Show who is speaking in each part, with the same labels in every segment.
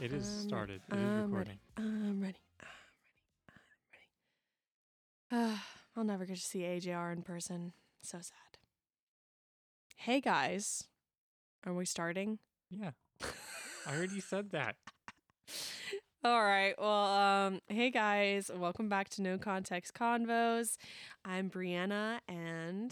Speaker 1: It is
Speaker 2: I'm ready.
Speaker 1: started. It is
Speaker 2: Um, I'm
Speaker 1: recording.
Speaker 2: Ready. I'm ready. I'm ready. I'm ready. Uh, I'll never get to see AJR in person. So sad. Hey guys, are we starting?
Speaker 1: Yeah. I heard you said that.
Speaker 2: All right. Well, um, hey guys, welcome back to No Context Convos. I'm Brianna, and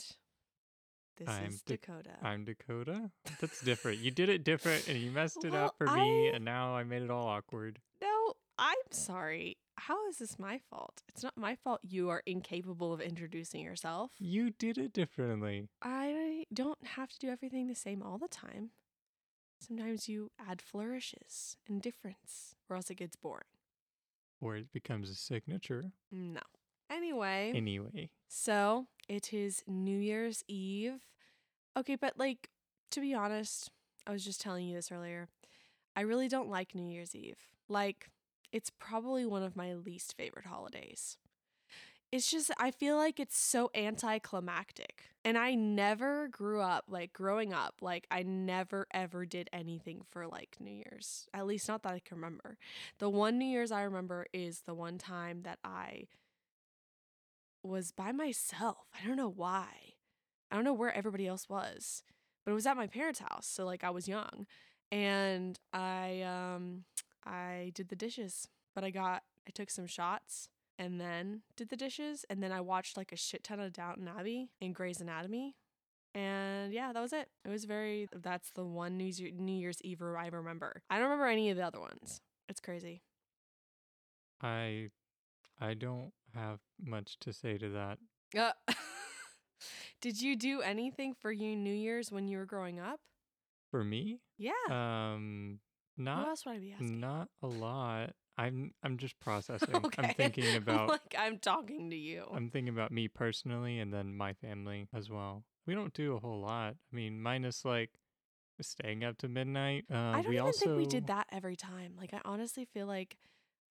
Speaker 2: this
Speaker 1: I'm
Speaker 2: is
Speaker 1: Dak-
Speaker 2: Dakota.
Speaker 1: I'm Dakota. That's different. You did it different and you messed it up for
Speaker 2: Well,
Speaker 1: me
Speaker 2: I-
Speaker 1: and now I made it all awkward.
Speaker 2: No, I'm sorry. How is this my fault? It's not my fault you are incapable of introducing yourself.
Speaker 1: You did it differently.
Speaker 2: I don't have to do everything the same all the time. Sometimes you add flourishes and difference, or else it gets boring.
Speaker 1: Or it becomes a signature.
Speaker 2: No. Anyway,
Speaker 1: Anyway.
Speaker 2: so it is New Year's Eve. Okay, but like, to be honest, I was just telling you this earlier. I really don't like New Year's Eve. Like, it's probably one of my least favorite holidays. It's just, I feel like it's so anticlimactic. And I never grew up, like, growing up, like, I never ever did anything for like New Year's, at least not that I can remember. The one New Year's I remember is the one time that I was by myself. I don't know why. I don't know where everybody else was, but it was at my parents' house. So, like, I was young and I, um, I did the dishes, but I got, I took some shots and then did the dishes. And then I watched like a shit ton of Downton Abbey and Grey's Anatomy. And yeah, that was it. It was very, that's the one New, Year- New Year's Eve I remember. I don't remember any of the other ones. It's crazy.
Speaker 1: I I don't have much to say to that.
Speaker 2: Uh, did you do anything for your New Year's when you were growing up?
Speaker 1: For me,
Speaker 2: Yeah.
Speaker 1: um
Speaker 2: Who
Speaker 1: not
Speaker 2: else would I be asking?
Speaker 1: not a lot. I'm I'm just processing. I'm
Speaker 2: Okay.
Speaker 1: thinking about
Speaker 2: like I'm talking to you.
Speaker 1: I'm thinking about me personally and then my family as well. We don't do a whole lot. I mean, minus like staying up to midnight. Uh,
Speaker 2: I don't
Speaker 1: we
Speaker 2: even
Speaker 1: also,
Speaker 2: think we did that every time. Like I honestly feel like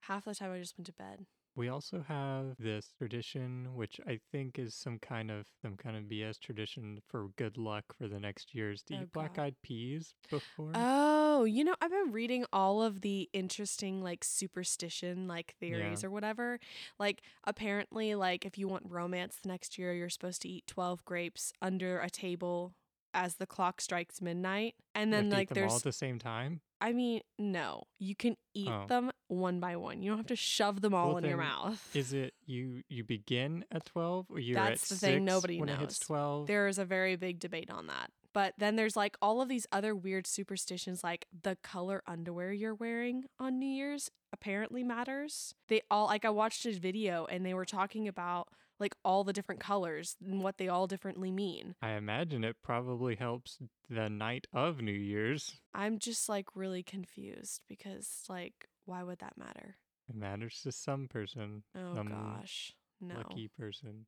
Speaker 2: half the time I just went to bed.
Speaker 1: We also have this tradition, which I think is some kind of some kind of BS tradition for good luck for the next year, is to
Speaker 2: Oh,
Speaker 1: eat black
Speaker 2: God.
Speaker 1: eyed peas before.
Speaker 2: Oh, you know, I've been reading all of the interesting like superstition like theories or whatever. Like apparently like if you want romance the next year you're supposed to eat 12 grapes under a table as the clock strikes midnight. And
Speaker 1: You have
Speaker 2: then
Speaker 1: to eat
Speaker 2: like
Speaker 1: them
Speaker 2: there's
Speaker 1: all at the same time.
Speaker 2: I mean, no. You can eat
Speaker 1: Oh.
Speaker 2: them one by one. You don't have to shove them all
Speaker 1: Well,
Speaker 2: in your
Speaker 1: then,
Speaker 2: mouth.
Speaker 1: Is it you? You begin at twelve, or you're
Speaker 2: That's
Speaker 1: at
Speaker 2: the thing
Speaker 1: six
Speaker 2: nobody
Speaker 1: when it hits
Speaker 2: knows.
Speaker 1: twelve.
Speaker 2: there is a very big debate on that. But then there's like all of these other weird superstitions like the color underwear you're wearing on New Year's apparently matters. They all like I watched a video and they were talking about like all the different colors and what they all differently mean.
Speaker 1: I imagine it probably helps the night of New Year's.
Speaker 2: I'm just like really confused because like why would that matter?
Speaker 1: It matters to some person,
Speaker 2: Oh
Speaker 1: Some
Speaker 2: gosh. No.
Speaker 1: lucky person.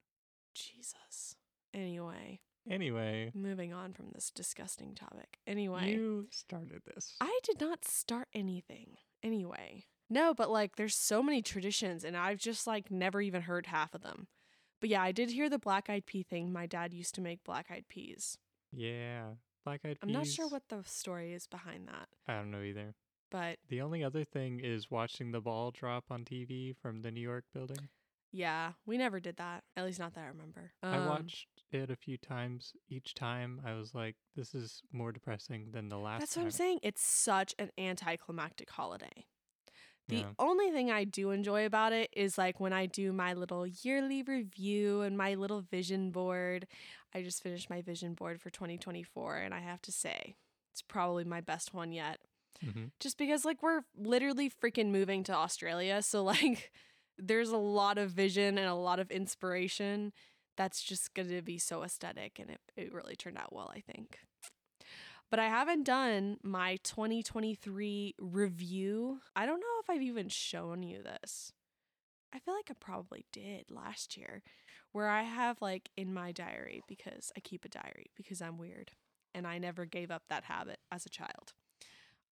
Speaker 2: Jesus. Anyway,
Speaker 1: Anyway,
Speaker 2: moving on from this disgusting topic. Anyway,
Speaker 1: you started this.
Speaker 2: I did not start anything. Anyway, no, but like there's so many traditions and I've just like never even heard half of them. But yeah, I did hear the black eyed pea thing. My dad used to make black eyed peas.
Speaker 1: yeah, black eyed
Speaker 2: I'm not sure
Speaker 1: Peas.
Speaker 2: what the story is behind that,
Speaker 1: I don't know either.
Speaker 2: but
Speaker 1: The only other thing is watching the ball drop on TV from the New York building.
Speaker 2: yeah, we never did that. At least not that I remember.
Speaker 1: I
Speaker 2: Um,
Speaker 1: watched it a few times. Each time, I was like, "This is more depressing than the last."
Speaker 2: That's what I'm
Speaker 1: time.
Speaker 2: saying. It's such an anticlimactic holiday. The
Speaker 1: Yeah.
Speaker 2: only thing I do enjoy about it is like when I do my little yearly review and my little vision board. I just finished my vision board for 2024 and I have to say it's probably my best one yet.
Speaker 1: Mhm.
Speaker 2: Just because like we're literally freaking moving to Australia, so like there's a lot of vision and a lot of inspiration that's just going to be so aesthetic and it it really turned out well, I think. But I haven't done my 2023 review. I don't know if I've even shown you this. I feel like I probably did last year, where I have like in my diary because I keep a diary because I'm weird and I never gave up that habit as a child.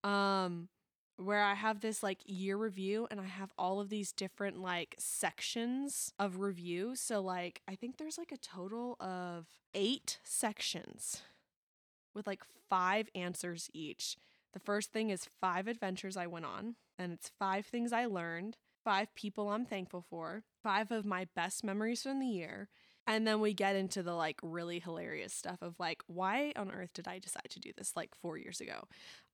Speaker 2: Um where I have this like year review and I have all of these different like sections of review. So like I think there's like a total of 8 sections with like five answers each The first thing is five adventures I went on, and it's five things I learned, five people I'm thankful for, five of my best memories from the year. And then we get into the like really hilarious stuff of like, why on earth did I decide to do this like four years ago?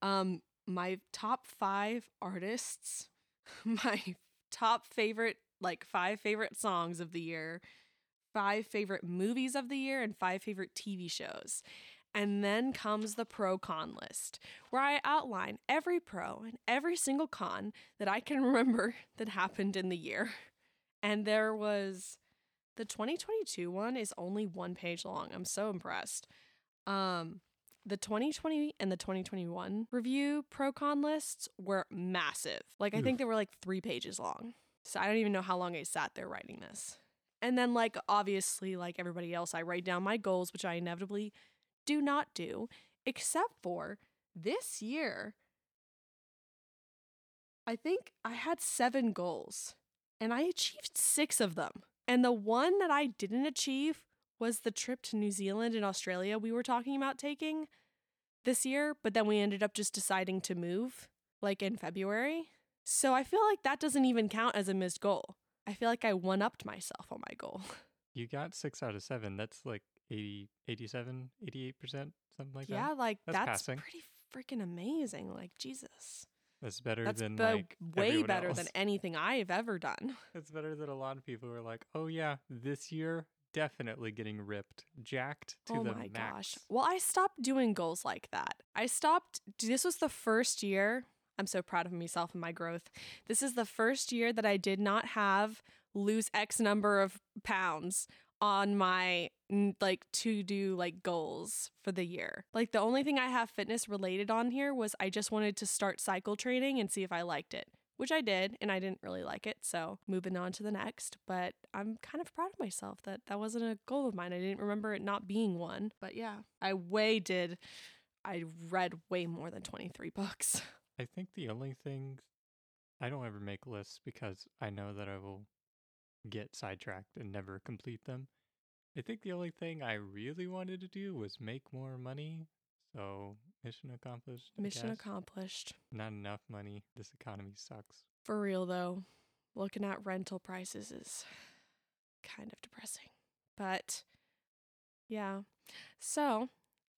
Speaker 2: Um, my top five artists, my top favorite, like five favorite songs of the year, five favorite movies of the year, and five favorite TV shows. And then comes the pro con list, where I outline every pro and every single con that I can remember that happened in the year. And there was the 2022 one is only one page long. I'm so impressed. Um, the 2020 and the 2021 review pro con lists were massive. Like, I
Speaker 1: Oof.
Speaker 2: think they were like three pages long. So I don't even know how long I sat there writing this. And then, like, obviously, like everybody else, I write down my goals, which I inevitably do not do, except for this year. I think I had seven goals and I achieved six of them. And the one that I didn't achieve was the trip to New Zealand and Australia we were talking about taking this year, but then we ended up just deciding to move like in February. So I feel like that doesn't even count as a missed goal. I feel like I one upped myself on my goal.
Speaker 1: You got six out of seven. That's like 80, 87, 88%, something like
Speaker 2: yeah,
Speaker 1: that.
Speaker 2: like
Speaker 1: That's
Speaker 2: that's,
Speaker 1: passing.
Speaker 2: pretty freaking amazing. Like Jesus.
Speaker 1: That's better
Speaker 2: That's
Speaker 1: than
Speaker 2: be-
Speaker 1: like
Speaker 2: way
Speaker 1: everyone
Speaker 2: better
Speaker 1: else.
Speaker 2: than anything I've ever done.
Speaker 1: It's better than a lot of people who are like, oh yeah, this year definitely getting ripped, jacked to
Speaker 2: oh
Speaker 1: the
Speaker 2: my
Speaker 1: max.
Speaker 2: gosh. Well, I stopped doing goals like that. I stopped. This was the first year. I'm so proud of myself and my growth. This is the first year that I did not have lose X number of pounds on my n- like to do like goals for the year. Like the only thing I have fitness related on here was I just wanted to start cycle training and see if I liked it, which I did and I didn't really like it. So, moving on to the next, but I'm kind of proud of myself that that wasn't a goal of mine. I didn't remember it not being one. But yeah, I way did I read way more than 23 books.
Speaker 1: I think the only thing I don't ever make lists because I know that I will get sidetracked and never complete them. I think the only thing I really wanted to do was make more money. So mission accomplished. I
Speaker 2: Mission
Speaker 1: guess.
Speaker 2: accomplished.
Speaker 1: Not enough money. This economy sucks.
Speaker 2: For real though, looking at rental prices is kind of depressing. But yeah. So,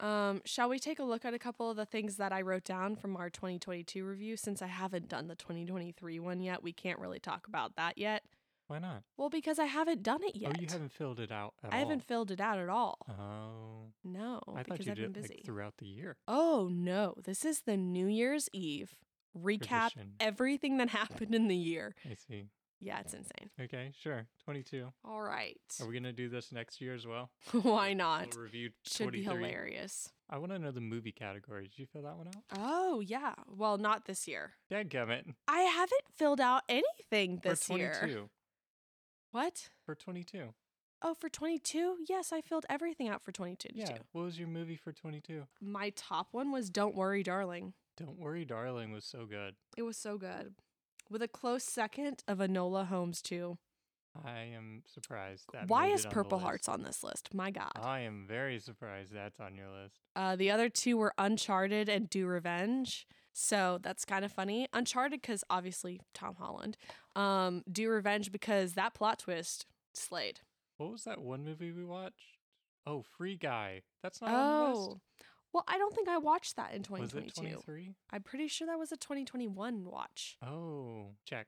Speaker 2: um, shall we take a look at a couple of the things that I wrote down from our 2022 review? Since I haven't done the 2023 one yet, we can't really talk about that yet.
Speaker 1: Why not?
Speaker 2: Well, because I haven't done it yet.
Speaker 1: Oh, you haven't filled it out at
Speaker 2: I
Speaker 1: all.
Speaker 2: haven't filled it out at all.
Speaker 1: Oh,
Speaker 2: No,
Speaker 1: I thought
Speaker 2: because
Speaker 1: you
Speaker 2: I've
Speaker 1: did
Speaker 2: been
Speaker 1: it
Speaker 2: busy.
Speaker 1: like throughout the year.
Speaker 2: oh no, this is the New Year's Eve recap.
Speaker 1: Tradition.
Speaker 2: Everything that happened in the year.
Speaker 1: I see.
Speaker 2: Yeah, it's insane.
Speaker 1: Okay, sure. 22.
Speaker 2: All right.
Speaker 1: Are we going to do this next year as well?
Speaker 2: Why
Speaker 1: We'll
Speaker 2: not?
Speaker 1: review
Speaker 2: Should be
Speaker 1: 23.
Speaker 2: hilarious.
Speaker 1: I want to know the movie category. Did you fill that one out?
Speaker 2: Oh, yeah. Well, not this year.
Speaker 1: Dadgummit.
Speaker 2: I haven't filled out anything this
Speaker 1: for 22.
Speaker 2: year. What?
Speaker 1: For 22.
Speaker 2: Oh, for 22? Yes, I filled everything out for 22.
Speaker 1: Yeah. What was your movie for 22?
Speaker 2: My top one was Don't Worry, Darling.
Speaker 1: Don't Worry Darling was so good.
Speaker 2: It was so good. With a close second of Enola Holmes 2.
Speaker 1: I am surprised that
Speaker 2: Why
Speaker 1: made
Speaker 2: is
Speaker 1: it on the
Speaker 2: Purple
Speaker 1: list.
Speaker 2: Hearts on this list? My God.
Speaker 1: I am very surprised that's on your list.
Speaker 2: Uh, the other two were Uncharted and Do Revenge. So that's kind of funny. Uncharted because obviously Tom Holland. Um, Do Revenge because that plot twist slayed.
Speaker 1: What was that one movie we watched? Oh, Free Guy. That's not on the list.
Speaker 2: Oh, well, I don't think I watched that in
Speaker 1: Was it
Speaker 2: 2022.
Speaker 1: 23?
Speaker 2: I'm pretty sure that was a 2021 watch.
Speaker 1: Oh, check.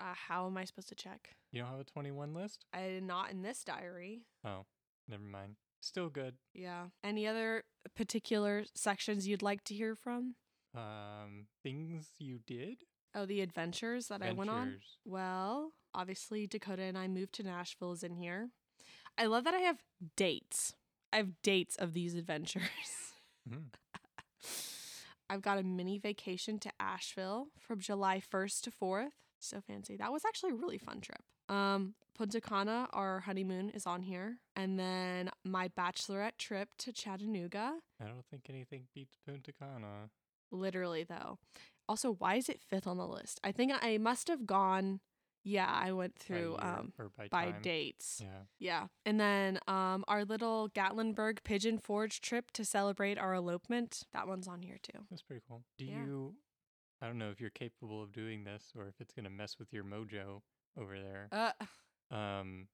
Speaker 2: Uh, how am I supposed to check?
Speaker 1: You don't have a 21 list?
Speaker 2: I did not in this diary.
Speaker 1: Oh, never mind. Still good.
Speaker 2: Yeah. Any other particular sections you'd like to hear from?
Speaker 1: Um, things you did?
Speaker 2: Oh, the adventures that I went on.
Speaker 1: Ventures.
Speaker 2: Well, obviously, Dakota and I moved to Nashville is in here. I love that I have dates. I have dates of these adventures.
Speaker 1: Mm.
Speaker 2: I've got a mini vacation to Asheville from July 1st to 4th. So fancy. That was actually a really fun trip. Um, Punta Cana, our honeymoon, is on here. And then my bachelorette trip to Chattanooga.
Speaker 1: I don't think anything beats Punta Cana.
Speaker 2: Literally, though. Also, why is it fifth on the list? I think I must have gone Yeah, I went
Speaker 1: by
Speaker 2: through
Speaker 1: year
Speaker 2: um
Speaker 1: or by,
Speaker 2: by
Speaker 1: time.
Speaker 2: dates.
Speaker 1: Yeah.
Speaker 2: Yeah. And then um, our little Gatlinburg Pigeon Forge trip to celebrate our elopement. That one's on here too.
Speaker 1: That's pretty cool. Do
Speaker 2: Yeah.
Speaker 1: you? I don't know if you're capable of doing this or if it's gonna mess with your mojo over there.
Speaker 2: Uh,
Speaker 1: Um,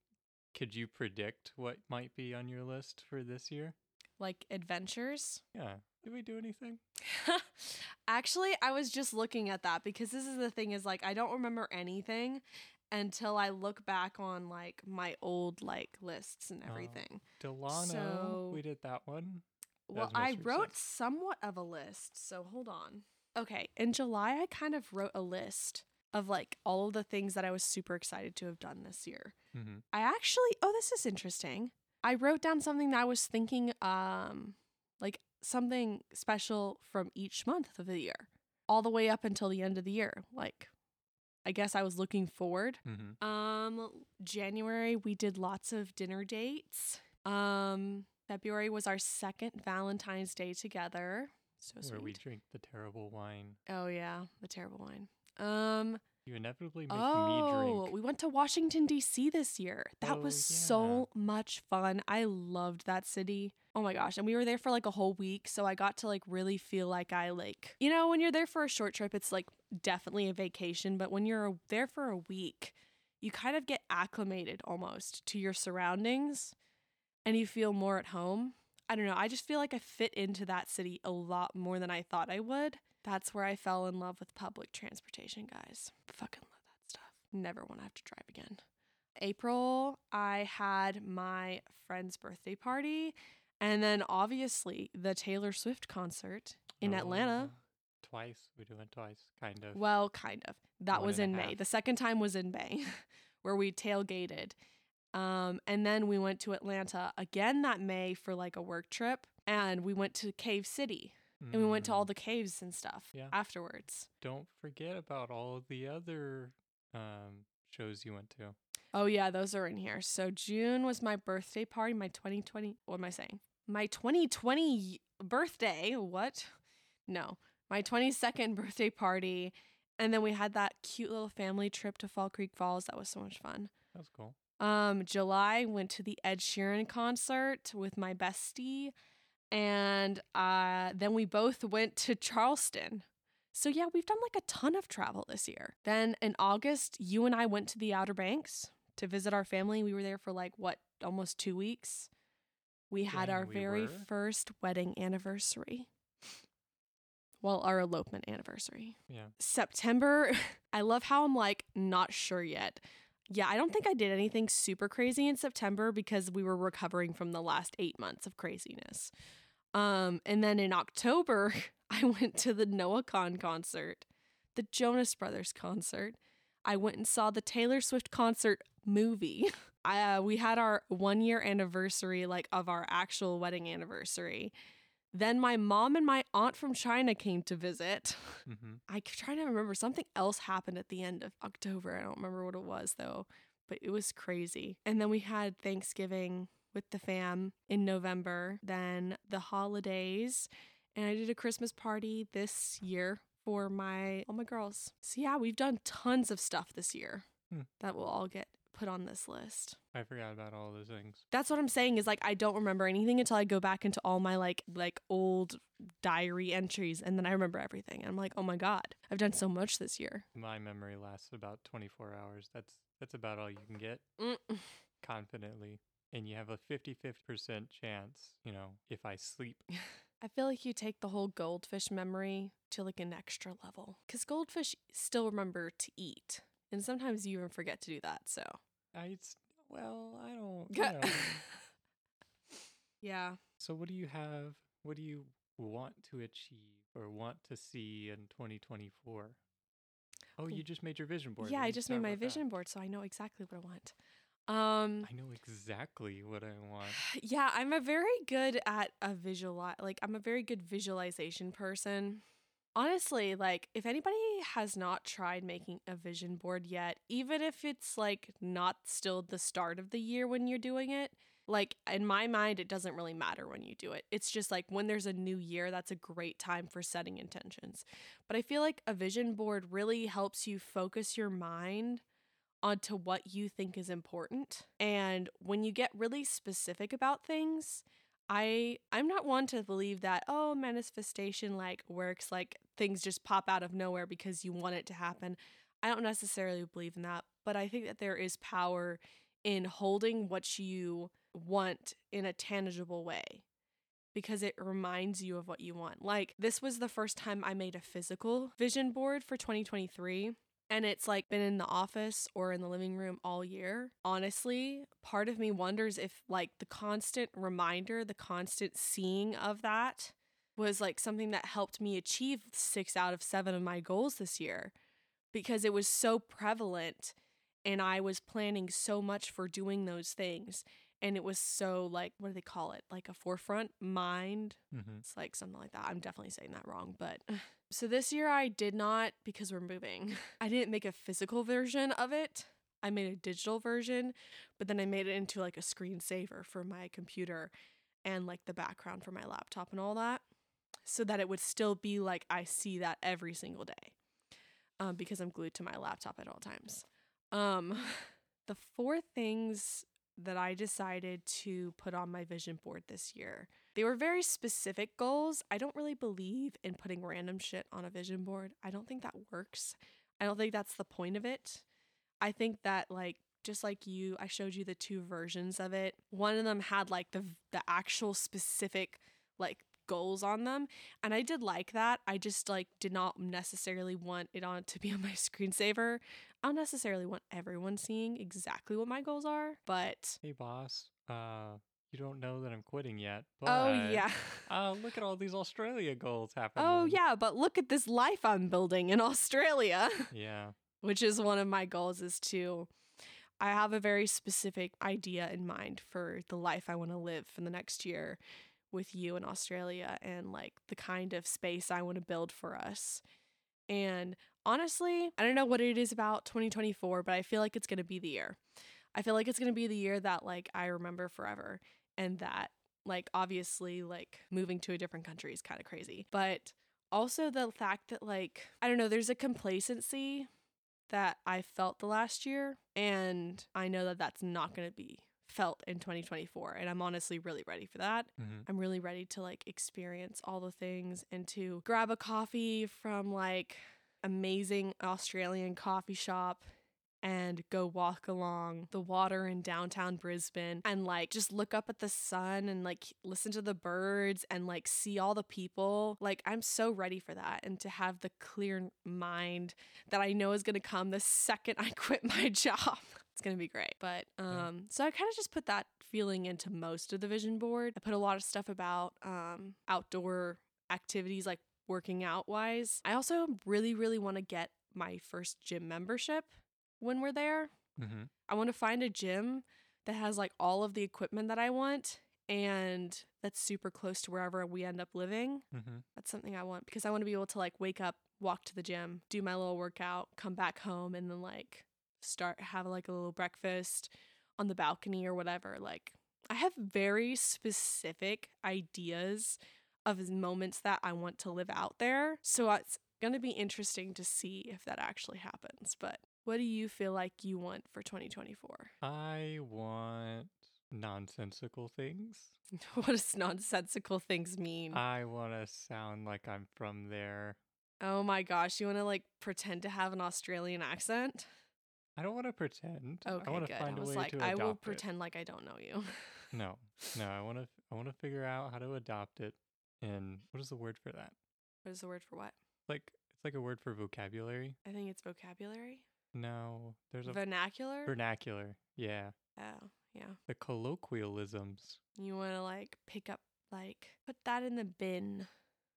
Speaker 1: could you predict what might be on your list for this year?
Speaker 2: like adventures.
Speaker 1: Yeah. Did we do anything?
Speaker 2: Actually, I was just looking at that because this is the thing is like I don't remember anything until I look back on like my old like lists and
Speaker 1: Oh.
Speaker 2: everything.
Speaker 1: Delano.
Speaker 2: So-
Speaker 1: We did that one.
Speaker 2: well,
Speaker 1: was my
Speaker 2: I
Speaker 1: sweet
Speaker 2: wrote
Speaker 1: six.
Speaker 2: somewhat of a list, so hold on. Okay, in July I kind of wrote a list of like all of the things that I was super excited to have done this year.
Speaker 1: Mm-hmm.
Speaker 2: I actually oh this is interesting. I wrote down something that I was thinking um like something special from each month of the year all the way up until the end of the year. Like I guess I was looking forward.
Speaker 1: Mm-hmm.
Speaker 2: Um January we did lots of dinner dates. Um February was our second Valentine's Day together. So
Speaker 1: Where
Speaker 2: sweet.
Speaker 1: we drink the terrible wine.
Speaker 2: oh yeah, the terrible wine. Um
Speaker 1: You inevitably make me
Speaker 2: Oh,
Speaker 1: drink.
Speaker 2: we went to Washington D.C. this year. That
Speaker 1: Oh,
Speaker 2: was so much fun. I loved that city. Oh my gosh, and we were there for like a whole week, so I got to like really feel like I like you know when you're there for a short trip, it's like definitely a vacation, but when you're there for a week, you kind of get acclimated almost to your surroundings, and you feel more at home. I don't know. I just feel like I fit into that city a lot more than I thought I would. That's where I fell in love with public transportation, guys. Fucking love that stuff. Never want to have to drive again. April, I had my friend's birthday party. And then obviously the Taylor Swift concert in Atlanta.
Speaker 1: Oh, Twice. We went twice, kind of.
Speaker 2: Well, kind of. That
Speaker 1: One
Speaker 2: was
Speaker 1: and
Speaker 2: in
Speaker 1: a
Speaker 2: May.
Speaker 1: half.
Speaker 2: The second time was in May where we tailgated. Um, and then we went to Atlanta again that May for like a work trip. And we went to Cave City and we went to all
Speaker 1: Mm.
Speaker 2: the caves and stuff
Speaker 1: Yeah.
Speaker 2: afterwards.
Speaker 1: Don't forget about all of the other um, shows you went to.
Speaker 2: Oh yeah, those are in here. So June was my birthday party, my 2020, what am I saying? My 2020 y- birthday, what? No. My 22nd birthday party. And then we had that cute little family trip to Fall Creek Falls. That was so much fun.
Speaker 1: That was cool.
Speaker 2: Um July went to the Ed Sheeran concert with my bestie and uh then we both went to Charleston. So yeah, we've done like a ton of travel this year. Then in August, you and I went to the Outer Banks to visit our family. We were there for like what, almost 2 weeks. We had
Speaker 1: Dang,
Speaker 2: our
Speaker 1: we
Speaker 2: very
Speaker 1: were.
Speaker 2: first wedding anniversary. Well, our elopement anniversary.
Speaker 1: Yeah.
Speaker 2: September, I love how I'm like not sure yet. Yeah, I don't think I did anything super crazy in September because we were recovering from the last 8 months of craziness. Um and then in October, I went to the Noah Con concert, the Jonas Brothers concert. I went and saw the Taylor Swift concert movie. I, uh, we had our 1 year anniversary like of our actual wedding anniversary. Then my mom and my aunt from China came to visit.
Speaker 1: Mm-hmm.
Speaker 2: I c- try to remember something else happened at the end of October. I don't remember what it was though, but it was crazy. And then we had Thanksgiving with the fam in November, then the holidays, and I did a Christmas party this year for my all my girls. So yeah, we've done tons of stuff this year
Speaker 1: Hmm.
Speaker 2: that will all get put on this list.
Speaker 1: I forgot about all those things.
Speaker 2: That's what I'm saying is like I don't remember anything until I go back into all my like like old diary entries and then I remember everything. And I'm like, "Oh my god, I've done so much this year."
Speaker 1: My memory lasts about 24 hours. That's that's about all you can get
Speaker 2: Mm.
Speaker 1: confidently. And you have a 50 50% chance, you know, if I sleep.
Speaker 2: I feel like you take the whole goldfish memory to like an extra level cuz goldfish still remember to eat. And sometimes you even forget to do that. So,
Speaker 1: I, it's, well, I don't. you know.
Speaker 2: yeah.
Speaker 1: So, what do you have? What do you want to achieve or want to see in 2024? Oh,
Speaker 2: Oh.
Speaker 1: you just made your vision board.
Speaker 2: Yeah,
Speaker 1: We
Speaker 2: I
Speaker 1: didn't
Speaker 2: just
Speaker 1: talk
Speaker 2: made my
Speaker 1: about that.
Speaker 2: vision board so I know exactly what I want. Um
Speaker 1: I know exactly what I want.
Speaker 2: Yeah, I'm a very good at a visual like I'm a very good visualization person. Honestly, like if anybody has not tried making a vision board yet, even if it's like not still the start of the year when you're doing it, like in my mind it doesn't really matter when you do it. It's just like when there's a new year, that's a great time for setting intentions. But I feel like a vision board really helps you focus your mind onto what you think is important. And when you get really specific about things, I I'm not one to believe that oh manifestation like works like things just pop out of nowhere because you want it to happen. I don't necessarily believe in that, but I think that there is power in holding what you want in a tangible way because it reminds you of what you want. Like this was the first time I made a physical vision board for 2023 and it's like been in the office or in the living room all year. Honestly, part of me wonders if like the constant reminder, the constant seeing of that was like something that helped me achieve 6 out of 7 of my goals this year because it was so prevalent and I was planning so much for doing those things and it was so like what do they call it? Like a forefront mind
Speaker 1: Mm-hmm.
Speaker 2: it's like something like that. I'm definitely saying that wrong, but so this year I did not because we're moving. I didn't make a physical version of it. I made a digital version, but then I made it into like a screensaver for my computer and like the background for my laptop and all that so that it would still be like I see that every single day. Um because I'm glued to my laptop at all times. Um the four things that I decided to put on my vision board this year they were very specific goals. I don't really believe in putting random shit on a vision board. I don't think that works. I don't think that's the point of it. I think that like just like you, I showed you the two versions of it. One of them had like the the actual specific like goals on them, and I did like that. I just like did not necessarily want it on to be on my screensaver. I don't necessarily want everyone seeing exactly what my goals are, but
Speaker 1: Hey, boss. Uh, you don't know that I'm quitting yet. But,
Speaker 2: oh yeah.
Speaker 1: Uh, look at all these Australia goals happening.
Speaker 2: Oh, yeah, but look at this life I'm building in Australia,
Speaker 1: Yeah.
Speaker 2: which is one of my goals is to I have a very specific idea in mind for the life I want to live for the next year with you in Australia and like the kind of space I want to build for us. And honestly, I don't know what it is about 2024, but I feel like it's going to be the year. I feel like it's going to be the year that like I remember forever and that like obviously like moving to a different country is kind of crazy. But also the fact that like I don't know, there's a complacency that I felt the last year and I know that that's not going to be felt in 2024 and I'm honestly really ready for that.
Speaker 1: Mm-hmm.
Speaker 2: I'm really ready to like experience all the things and to grab a coffee from like amazing Australian coffee shop and go walk along the water in downtown Brisbane and like just look up at the sun and like listen to the birds and like see all the people. Like I'm so ready for that and to have the clear mind that I know is going to come the second I quit my job. It's going to be great. But
Speaker 1: Yeah.
Speaker 2: um so I kind of just put that feeling into most of the vision board. I put a lot of stuff about um outdoor activities like working out wise. I also really really want to get my first gym membership when we're there.
Speaker 1: Mm-hmm.
Speaker 2: I want to find a gym that has like all of the equipment that I want and that's super close to wherever we end up living.
Speaker 1: Mm-hmm.
Speaker 2: That's something I want because I want to be able to like wake up, walk to the gym, do my little workout, come back home, and then like start have like a little breakfast on the balcony or whatever. Like I have very specific ideas of moments that I want to live out there. So it's going to be interesting to see if that actually happens. But what do you feel like you want for 2024?
Speaker 1: I want nonsensical things.
Speaker 2: what does nonsensical things mean?
Speaker 1: I want to sound like I'm from there.
Speaker 2: oh my gosh, you want to like pretend to have an Australian accent?
Speaker 1: I don't want to pretend. I
Speaker 2: Okay,
Speaker 1: want
Speaker 2: good.
Speaker 1: to find
Speaker 2: I
Speaker 1: a
Speaker 2: was
Speaker 1: way
Speaker 2: like,
Speaker 1: to
Speaker 2: I
Speaker 1: adopt
Speaker 2: will
Speaker 1: it.
Speaker 2: pretend like I don't know you.
Speaker 1: No, no. I want to. I want to figure out how to adopt it. And what is the word for that?
Speaker 2: What is the word for what?
Speaker 1: Like it's like a word for vocabulary.
Speaker 2: I think it's vocabulary,
Speaker 1: No, there's a
Speaker 2: vernacular.
Speaker 1: vernacular. Yeah,
Speaker 2: oh, yeah.
Speaker 1: the colloquialisms.
Speaker 2: You want to like pick up, like put that in the bin,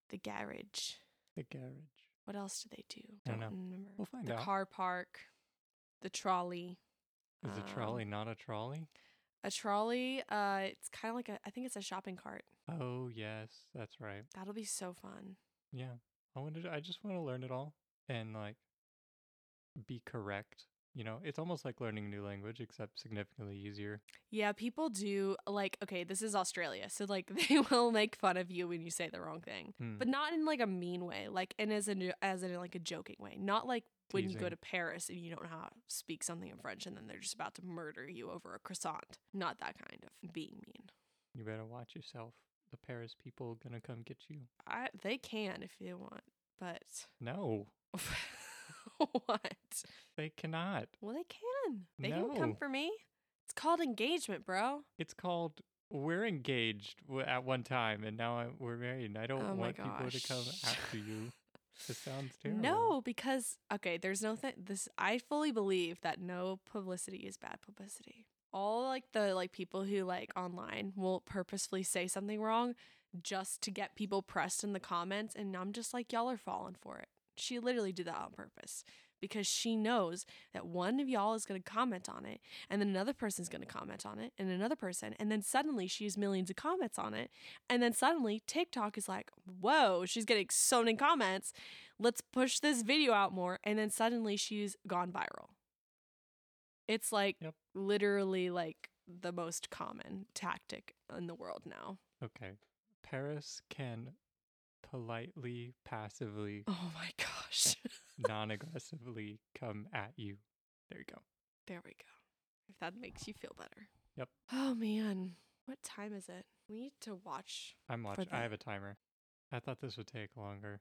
Speaker 2: the garage.
Speaker 1: The garage.
Speaker 2: What else do they do?
Speaker 1: I don't know.
Speaker 2: remember.
Speaker 1: We'll find
Speaker 2: the
Speaker 1: out.
Speaker 2: car park, the trolley.
Speaker 1: Is a
Speaker 2: um,
Speaker 1: trolley not a trolley?
Speaker 2: A trolley. Uh, it's kind of like a. I think it's a shopping cart.
Speaker 1: Oh yes, that's right.
Speaker 2: That'll be so fun.
Speaker 1: Yeah, I wanted. I just want to learn it all and like be correct You know, it's almost like learning a new language, except significantly easier.
Speaker 2: Yeah, people do like okay, this is Australia. So like they will make fun of you when you say the wrong thing.
Speaker 1: Hmm.
Speaker 2: But not in like a mean way, like and as in as in like a joking way. Not like when you go
Speaker 1: Teasing.
Speaker 2: to Paris and you don't know how to speak something in French and then they're just about to murder you over a croissant. Not that kind of being mean.
Speaker 1: You better watch yourself. The Paris people gonna come get you.
Speaker 2: I they can if they want, but
Speaker 1: No,
Speaker 2: what?
Speaker 1: they cannot.
Speaker 2: Well, they can. They can come
Speaker 1: No.
Speaker 2: for me. It's called engagement, bro.
Speaker 1: It's called we're engaged w- at one time, and now I, we're married. And I don't
Speaker 2: Oh my
Speaker 1: want people to come
Speaker 2: gosh.
Speaker 1: after you. It sounds terrible.
Speaker 2: No, because okay, there's no thing. This I fully believe that no publicity is bad publicity. All like the like people who like online will purposefully say something wrong just to get people pressed in the comments, and I'm just like y'all are falling for it. She literally did that on purpose because she knows that one of y'all is going to comment on it, and then another person's going to comment on it, and another person, and then suddenly she has millions of comments on it, and then suddenly TikTok is like, whoa, she's getting so many comments let's push this video out more and then suddenly she's gone viral it's like
Speaker 1: Yep.
Speaker 2: literally like the most common tactic in the world now
Speaker 1: Okay. Paris can politely, passively,
Speaker 2: oh my gosh
Speaker 1: non aggressively come at you. There you go.
Speaker 2: there we go if that makes you feel better
Speaker 1: Yep.
Speaker 2: oh man what time is it we need to watch
Speaker 1: I'm watching.
Speaker 2: that.
Speaker 1: I have a timer. I thought this would take longer.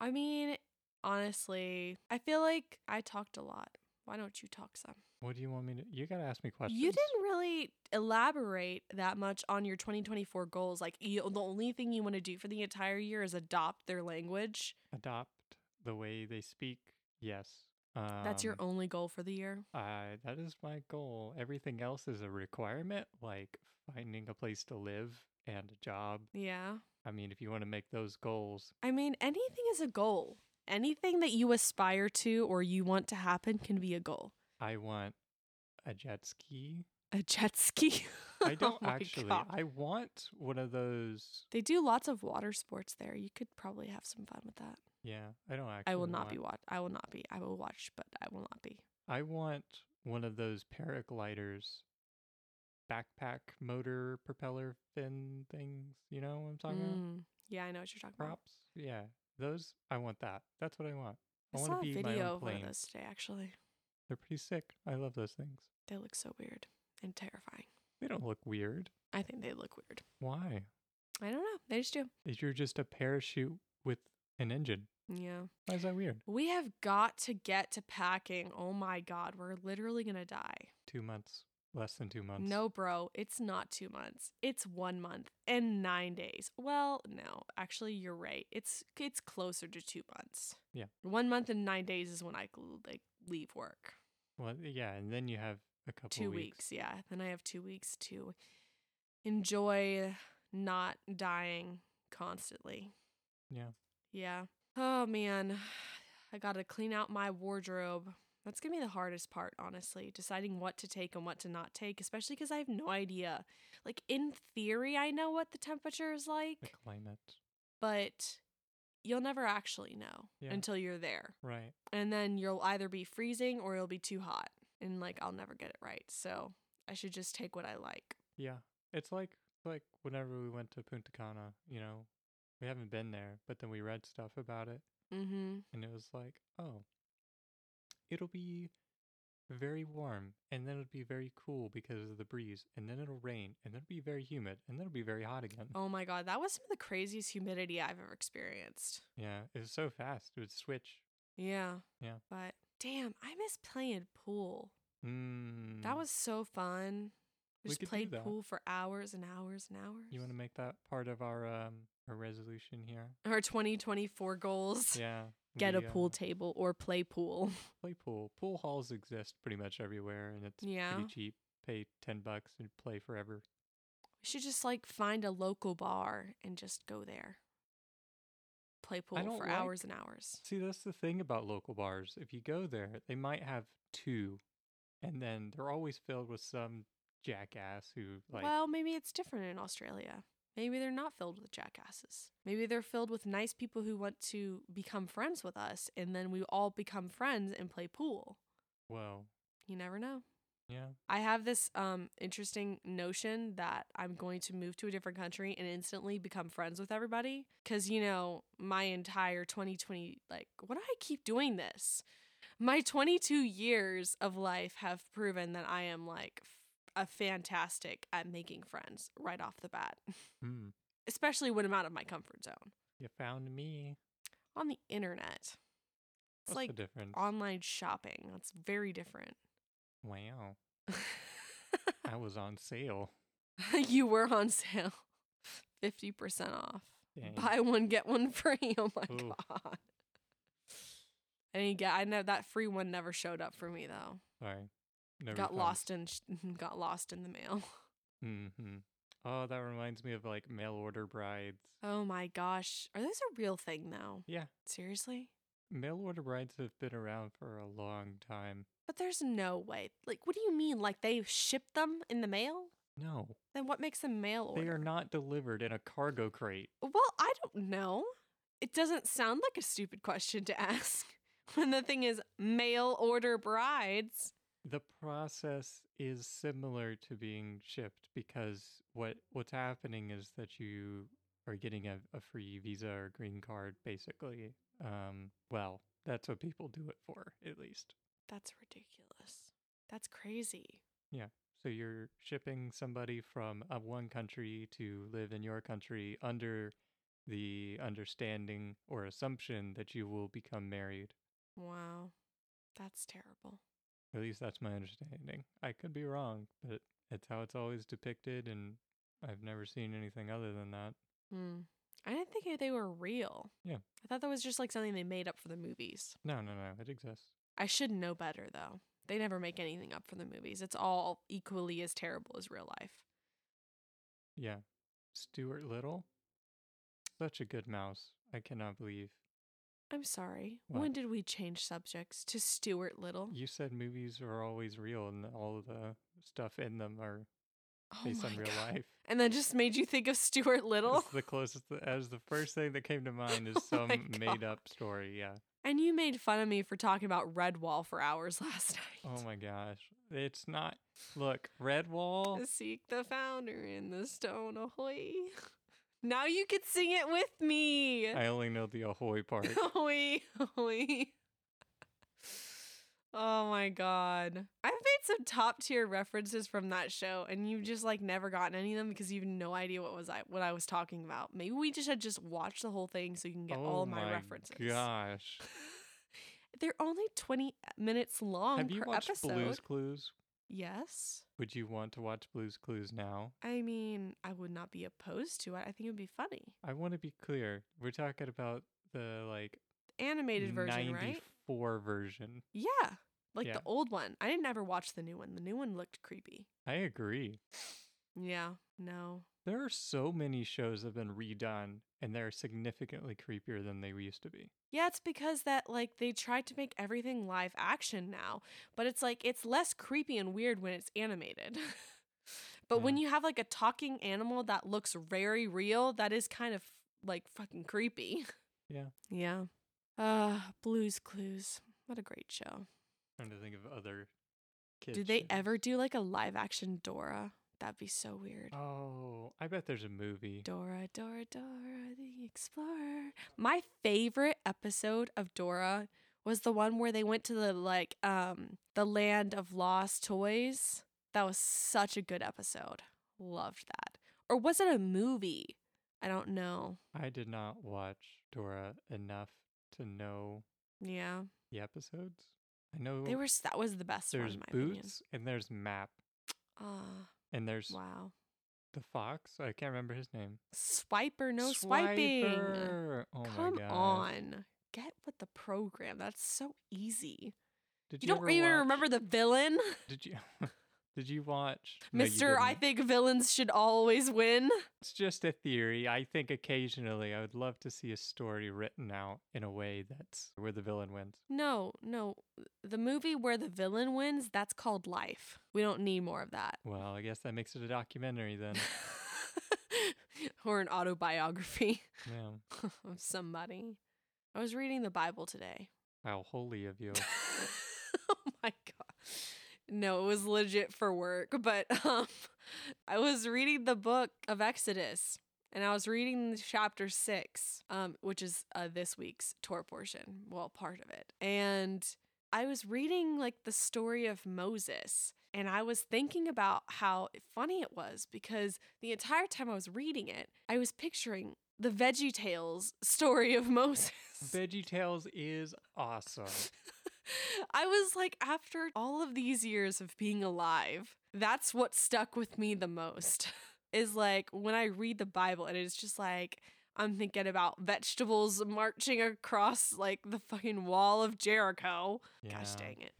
Speaker 2: i mean honestly i feel like i talked a lot why don't you talk some
Speaker 1: What do you want me to? You gotta ask me questions.
Speaker 2: You didn't really elaborate that much on your 2024 goals. Like, you, the only thing you want to do for the entire year is adopt their language.
Speaker 1: adopt the way they speak. Yes. Um,
Speaker 2: That's your only goal for the year.
Speaker 1: I that is my goal. Everything else is a requirement, like finding a place to live and a job.
Speaker 2: Yeah.
Speaker 1: I mean, if you want to make those goals,
Speaker 2: I mean, anything is a goal. Anything that you aspire to or you want to happen can be a goal.
Speaker 1: I want a jet ski.
Speaker 2: A jet ski.
Speaker 1: I don't
Speaker 2: Oh my
Speaker 1: actually.
Speaker 2: God.
Speaker 1: I want one of those.
Speaker 2: they do lots of water sports there. You could probably have some fun with that.
Speaker 1: Yeah, I don't actually.
Speaker 2: I will not be
Speaker 1: want-
Speaker 2: watch. I will not be. I will watch, but I will not be.
Speaker 1: I want one of those paragliders, backpack motor propeller fin things. You know what I'm talking about?
Speaker 2: Mm. Yeah, I know what you're talking about.
Speaker 1: Props. Yeah, those. I want that. That's what I want. I,
Speaker 2: I,
Speaker 1: want
Speaker 2: saw
Speaker 1: to
Speaker 2: a
Speaker 1: be my
Speaker 2: video
Speaker 1: own
Speaker 2: of one of
Speaker 1: plane.
Speaker 2: those today, actually.
Speaker 1: They're pretty sick. I love those things.
Speaker 2: They look so weird and terrifying.
Speaker 1: They don't look weird.
Speaker 2: I think they look weird.
Speaker 1: Why?
Speaker 2: I don't know. They just do.
Speaker 1: You're just a parachute with an engine.
Speaker 2: Yeah.
Speaker 1: Why is that weird?
Speaker 2: We have got to get to packing. Oh my God. We're literally going to die.
Speaker 1: Two months. Less than two months.
Speaker 2: No, bro. It's not two months. It's one month and nine days. Well, no. Actually, you're right. It's it's closer to two months.
Speaker 1: Yeah.
Speaker 2: One month and nine days is when I gl- like leave work.
Speaker 1: Well, yeah, and then you have a couple
Speaker 2: two weeks. Yeah. Then I have two weeks to enjoy not dying constantly.
Speaker 1: Yeah.
Speaker 2: Yeah. Oh man. I got to clean out my wardrobe. That's going to be the hardest part, honestly, deciding what to take and what to not take, especially because I have no idea. Like, in theory, I know what the temperature is
Speaker 1: The
Speaker 2: like,
Speaker 1: climate.
Speaker 2: but you'll never actually know
Speaker 1: Yeah.
Speaker 2: until you're there
Speaker 1: Right.
Speaker 2: and then you'll either be freezing or it'll be too hot and like i'll never get it right so i should just take what i like
Speaker 1: Yeah. It's like it's like whenever we went to Punta Cana, you know, we haven't been there, but then we read stuff about it
Speaker 2: mm-hmm
Speaker 1: and it was like, oh, it'll be very warm and then it'll be very cool because of the breeze and then it'll rain and then it'll be very humid and then it'll be very hot again.
Speaker 2: oh my god that was some of the craziest humidity i've ever experienced
Speaker 1: Yeah, it was so fast. It would switch.
Speaker 2: yeah
Speaker 1: Yeah.
Speaker 2: but damn i miss playing pool
Speaker 1: Mm.
Speaker 2: that was so fun
Speaker 1: We
Speaker 2: just
Speaker 1: could do
Speaker 2: played
Speaker 1: that.
Speaker 2: pool for hours and hours and hours
Speaker 1: You want to make that part of our um our resolution here?
Speaker 2: our 2024 goals
Speaker 1: Yeah.
Speaker 2: get a
Speaker 1: we,
Speaker 2: pool
Speaker 1: uh,
Speaker 2: table or play pool
Speaker 1: play pool. Pool halls exist pretty much everywhere, and it's
Speaker 2: Yeah.
Speaker 1: pretty cheap. Pay ten bucks and play forever.
Speaker 2: we should just like find a local bar and just go there play pool
Speaker 1: don't
Speaker 2: for
Speaker 1: like-
Speaker 2: hours and hours
Speaker 1: See, that's the thing about local bars. If you go there, they might have two, and then they're always filled with some jackass who like.
Speaker 2: well, maybe it's different in Australia. Maybe they're not filled with jackasses. Maybe they're filled with nice people who want to become friends with us, and then we all become friends and play pool.
Speaker 1: whoa,
Speaker 2: you never know.
Speaker 1: Yeah.
Speaker 2: I have this um interesting notion that I'm going to move to a different country and instantly become friends with everybody cuz you know, my entire 2020 like why do I keep doing this? My 22 years of life have proven that I am like f- a fantastic at making friends right off the bat,
Speaker 1: Hmm.
Speaker 2: especially when I'm out of my comfort zone
Speaker 1: You found me.
Speaker 2: on the internet. It's
Speaker 1: What's
Speaker 2: like
Speaker 1: the difference?
Speaker 2: online shopping. That's very different.
Speaker 1: wow. I was on sale.
Speaker 2: you were on sale. 50% off.
Speaker 1: Dang.
Speaker 2: Buy one, get one free. Oh my
Speaker 1: Ooh.
Speaker 2: god. I didn't get I know that free one never showed up for me though.
Speaker 1: Sorry. No
Speaker 2: got
Speaker 1: refunds.
Speaker 2: lost in sh- got lost in the mail.
Speaker 1: Mm-hmm. Oh, that reminds me of like mail order brides.
Speaker 2: Oh my gosh. Are those a real thing though?
Speaker 1: Yeah.
Speaker 2: Seriously?
Speaker 1: Mail order brides have been around for a long time.
Speaker 2: But there's no way. Like what do you mean like they shipped them in the mail?
Speaker 1: No,
Speaker 2: Then what makes them mail order?
Speaker 1: they are not delivered in a cargo crate.
Speaker 2: Well, I don't know. It doesn't sound like a stupid question to ask when the thing is mail order brides.
Speaker 1: The process is similar to being shipped because what what's happening is that you are getting a, a free visa or green card, basically. Um, well, that's what people do it for, at least.
Speaker 2: That's ridiculous. That's crazy.
Speaker 1: So you're shipping somebody from uh, one country to live in your country under the understanding or assumption that you will become married.
Speaker 2: Wow. That's terrible.
Speaker 1: At least that's my understanding. I could be wrong, but it's how it's always depicted, and I've never seen anything other than that.
Speaker 2: Hmm. I didn't think they were real.
Speaker 1: Mm. Yeah.
Speaker 2: I thought that was just like something they made up for the movies.
Speaker 1: No, no, no, it exists.
Speaker 2: I should know better though. They never make anything up for the movies. It's all equally as terrible as real life.
Speaker 1: Yeah. Stuart Little? Such a good mouse. I cannot believe.
Speaker 2: I'm sorry.
Speaker 1: What?
Speaker 2: When did we change subjects to Stuart Little?
Speaker 1: You said movies are always real and all the stuff in them are
Speaker 2: Oh
Speaker 1: based on
Speaker 2: my
Speaker 1: real
Speaker 2: God.
Speaker 1: life.
Speaker 2: And that just made you think of Stuart Little.
Speaker 1: It's the closest, th- as the first thing that came to mind is
Speaker 2: Oh
Speaker 1: some
Speaker 2: my
Speaker 1: made up story. Yeah.
Speaker 2: And you made fun of me for talking about Redwall for hours last night.
Speaker 1: Oh my gosh. It's not. Look, Redwall.
Speaker 2: Seek the founder in the stone ahoy. Now you can sing it with me.
Speaker 1: I only know the ahoy part.
Speaker 2: Ahoy, ahoy. Oh my god. I've made some top tier references from that show and you've just like never gotten any of them because you've no idea what was I what I was talking about. Maybe we just should just watch the whole thing so you can get
Speaker 1: oh
Speaker 2: all of my, references.
Speaker 1: Gosh.
Speaker 2: They're only 20 minutes long
Speaker 1: Have you
Speaker 2: per
Speaker 1: watched
Speaker 2: episode.
Speaker 1: Blues Clues?
Speaker 2: Yes.
Speaker 1: Would you want to watch Blues Clues now?
Speaker 2: I mean, I would not be opposed to it. I think it would be funny.
Speaker 1: I want to be clear. We're talking about the like
Speaker 2: Animated version,
Speaker 1: 94
Speaker 2: right?
Speaker 1: version.
Speaker 2: Yeah. Like
Speaker 1: Yeah.
Speaker 2: the old one. I didn't ever watch the new one. The new one looked creepy.
Speaker 1: I agree.
Speaker 2: Yeah. No.
Speaker 1: There are so many shows that have been redone and they're significantly creepier than they used to be.
Speaker 2: Yeah, it's because that like they tried to make everything live action now, but it's like it's less creepy and weird when it's animated. but when you have like a talking animal that looks very real, that is kind of like fucking creepy.
Speaker 1: Yeah.
Speaker 2: Yeah. Uh, Blues Clues. What a great show.
Speaker 1: trying to think of other kids.
Speaker 2: Do they ever do like a live action Dora? That'd be so weird.
Speaker 1: Oh, I bet there's a movie.
Speaker 2: Dora, Dora, Dora the Explorer. My favorite episode of Dora was the one where they went to the like um the land of lost toys. That was such a good episode. Loved that. Or was it a movie? I don't know.
Speaker 1: I did not watch Dora enough to know
Speaker 2: Yeah.
Speaker 1: the episodes. I know
Speaker 2: They were s- that was the best one
Speaker 1: there's
Speaker 2: in my opinion.
Speaker 1: Boots and there's Map
Speaker 2: Ah,
Speaker 1: and there's
Speaker 2: wow.
Speaker 1: the fox. I can't remember his name.
Speaker 2: Swiper no swiping.
Speaker 1: Swiper! Oh
Speaker 2: Come
Speaker 1: my god.
Speaker 2: on. Get with the program. That's so easy.
Speaker 1: Did
Speaker 2: You,
Speaker 1: you,
Speaker 2: don't
Speaker 1: ever
Speaker 2: even
Speaker 1: watch-
Speaker 2: remember the villain?
Speaker 1: Did you Did you watch No, you
Speaker 2: Mr. I
Speaker 1: didn't.
Speaker 2: think villains should always win.
Speaker 1: It's just a theory. I think occasionally I would love to see a story written out in a way that's where the villain wins.
Speaker 2: No, no. The movie where the villain wins, that's called life. We don't need more of that.
Speaker 1: Well, I guess that makes it a documentary then.
Speaker 2: or an autobiography
Speaker 1: yeah.
Speaker 2: of somebody. I was reading the Bible today.
Speaker 1: How holy of you.
Speaker 2: oh my god. No, it was legit for work, but um I was reading the book of Exodus and I was reading chapter 6, um which is uh, this week's Torah portion, well, part of it. And I was reading like the story of Moses and I was thinking about how funny it was because the entire time I was reading it, I was picturing the Veggie Tales story of Moses.
Speaker 1: Veggie Tales is awesome.
Speaker 2: I was like, after all of these years of being alive, that's what stuck with me the most is like when I read the Bible and it's just like, I'm thinking about vegetables marching across like the fucking wall of Jericho. Gosh dang it.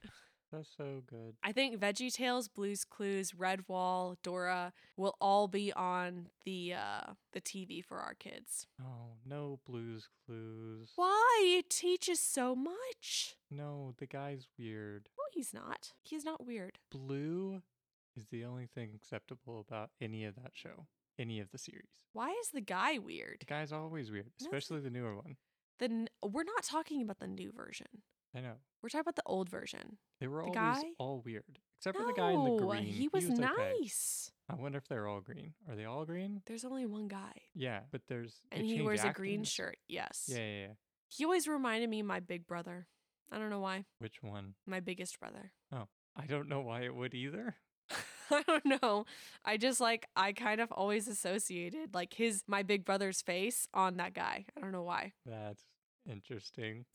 Speaker 1: That's so good.
Speaker 2: I think Veggie Tales, Blue's Clues, Redwall, Dora will all be on the uh the TV for our kids.
Speaker 1: Oh, no blues clues.
Speaker 2: Why? It teaches so much.
Speaker 1: No, the guy's weird.
Speaker 2: No, he's not. He's not weird.
Speaker 1: Blue is the only thing acceptable about any of that show, any of the series.
Speaker 2: Why is the guy
Speaker 1: The
Speaker 2: weird?
Speaker 1: guy's always weird,
Speaker 2: No.
Speaker 1: especially the newer one.
Speaker 2: The n- we're not talking about the new version.
Speaker 1: I know.
Speaker 2: We're talking about the old version.
Speaker 1: They were always
Speaker 2: The guy?
Speaker 1: all weird, except for the guy in the green.
Speaker 2: he was,
Speaker 1: okay.
Speaker 2: nice.
Speaker 1: I wonder if they're all green. Are they all green?
Speaker 2: There's only one guy,
Speaker 1: Yeah, but there's they
Speaker 2: and he
Speaker 1: change
Speaker 2: wears a green
Speaker 1: actors.
Speaker 2: shirt. Yes.
Speaker 1: Yeah, yeah, yeah.
Speaker 2: He always reminded me of my big brother. I don't know why.
Speaker 1: Which one?
Speaker 2: My biggest brother.
Speaker 1: I don't know why it would either.
Speaker 2: I don't know. I just like I kind of always associated like his my big brother's face on that guy. I don't know why.
Speaker 1: That's interesting.